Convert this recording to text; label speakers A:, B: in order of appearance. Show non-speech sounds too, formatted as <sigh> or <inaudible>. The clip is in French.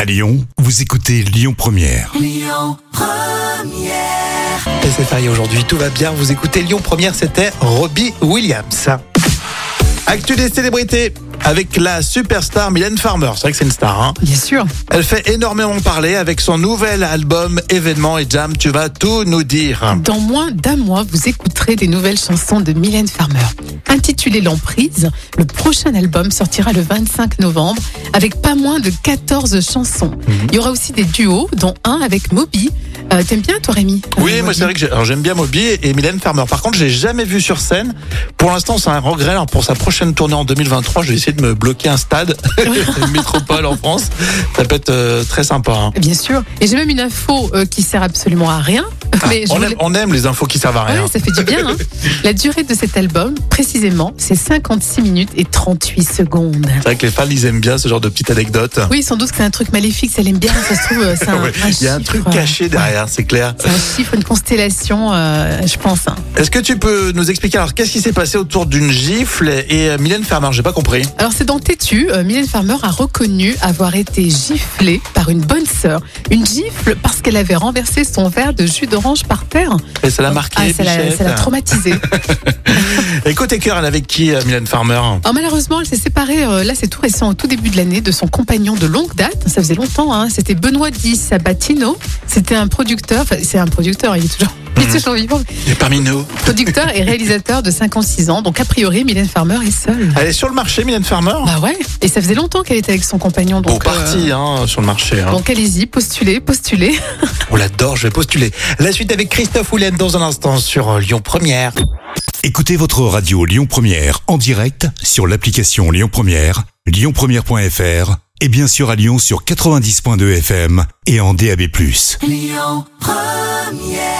A: À Lyon, vous écoutez Lyon Première.
B: Et c'est férié aujourd'hui, tout va bien. Vous écoutez Lyon Première, c'était Robbie Williams. Actu des célébrités avec la superstar Mylène Farmer. C'est vrai que c'est une star. Hein
C: Bien sûr.
B: Elle fait énormément parler avec son nouvel album Événement et Jam. Tu vas tout nous dire.
C: Dans moins d'un mois, vous écouterez des nouvelles chansons de Mylène Farmer. Intitulé L'Emprise, le prochain album sortira le 25 novembre avec pas moins de 14 chansons.
B: Mhm.
C: Il y aura aussi des duos, dont un avec Moby. Euh, T'aimes bien, toi, Rémi
B: Oui,
C: Euh,
B: moi
C: Moby
B: c'est vrai que j'ai- alors, j'aime bien Moby et Mylène Farmer. Par contre, j'ai jamais vu sur scène. Pour l'instant, c'est un regret. Alors, pour sa prochaine tournée en 2023, je vais essayer de me bloquer un stade, <laughs> une métropole en France. Ça peut être euh, très sympa. hein.
C: Bien sûr. Et j'ai même une info euh, qui sert absolument à rien. mais je
B: Ah, On,
C: voulais-
B: aime, on aime les infos qui servent à rien.
C: Ouais, ça fait du
B: <laughs>
C: bien. hein. La durée de cet album, précisément, c'est 56 minutes et 38 secondes.
B: C'est vrai que les fans, ils aiment bien ce genre de petites anecdotes. Ah
C: Oui, sans doute que c'est un truc maléfique, ça l'aime bien, ça se trouve. euh, c'est
B: <laughs>
C: un-
B: Ouais.
C: un
B: Il y a un
C: chiffre,
B: truc
C: euh,
B: caché derrière, c'est clair.
C: C'est un chiffre, une constellation, euh, je pense. hein.
B: Est-ce que tu peux nous expliquer alors qu'est-ce qui s'est passé autour d'une gifle et euh, Mylène Farmer J'ai pas compris.
C: Alors c'est dans Têtu, euh, Mylène Farmer a reconnu avoir été giflée par une bonne sœur. Une gifle parce qu'elle avait renversé son verre de jus d'orange par terre.
B: Et ça l'a
C: Ah,
B: marqué.
C: ça l'a-
B: Bichette.
C: ça l'a traumatisée.
B: Et côté cœur, elle est avec qui, euh, Mylène Farmer
C: Alors malheureusement, elle s'est séparée, euh, là c'est tout récent, au tout début de l'année, de son compagnon de longue date. Ça faisait longtemps, hein. c'était Benoît Di Sabatino. C'était un producteur, enfin c'est un producteur, il est toujours, <laughs> il est toujours vivant.
B: Elle est parmi nous.
C: Producteur et réalisateur de 56 ans. Donc a priori, Mylène Farmer est seule.
B: Elle est sur le marché, Mylène Farmer
C: Bah ouais, et ça faisait longtemps qu'elle était avec son compagnon.
B: Bon
C: Donc, euh,
B: parti hein, sur le marché. hein.
C: donc allez-y, postulez, postulez.
B: On l'adore, je vais postuler. La suite avec Christophe Willem dans un instant sur euh, Lyon Première.
A: Écoutez votre radio Lyon Première en direct sur l'application Lyon Première, lyonpremière.fr et bien sûr à Lyon sur 90.2 FM et en DAB+.
D: Lyon Première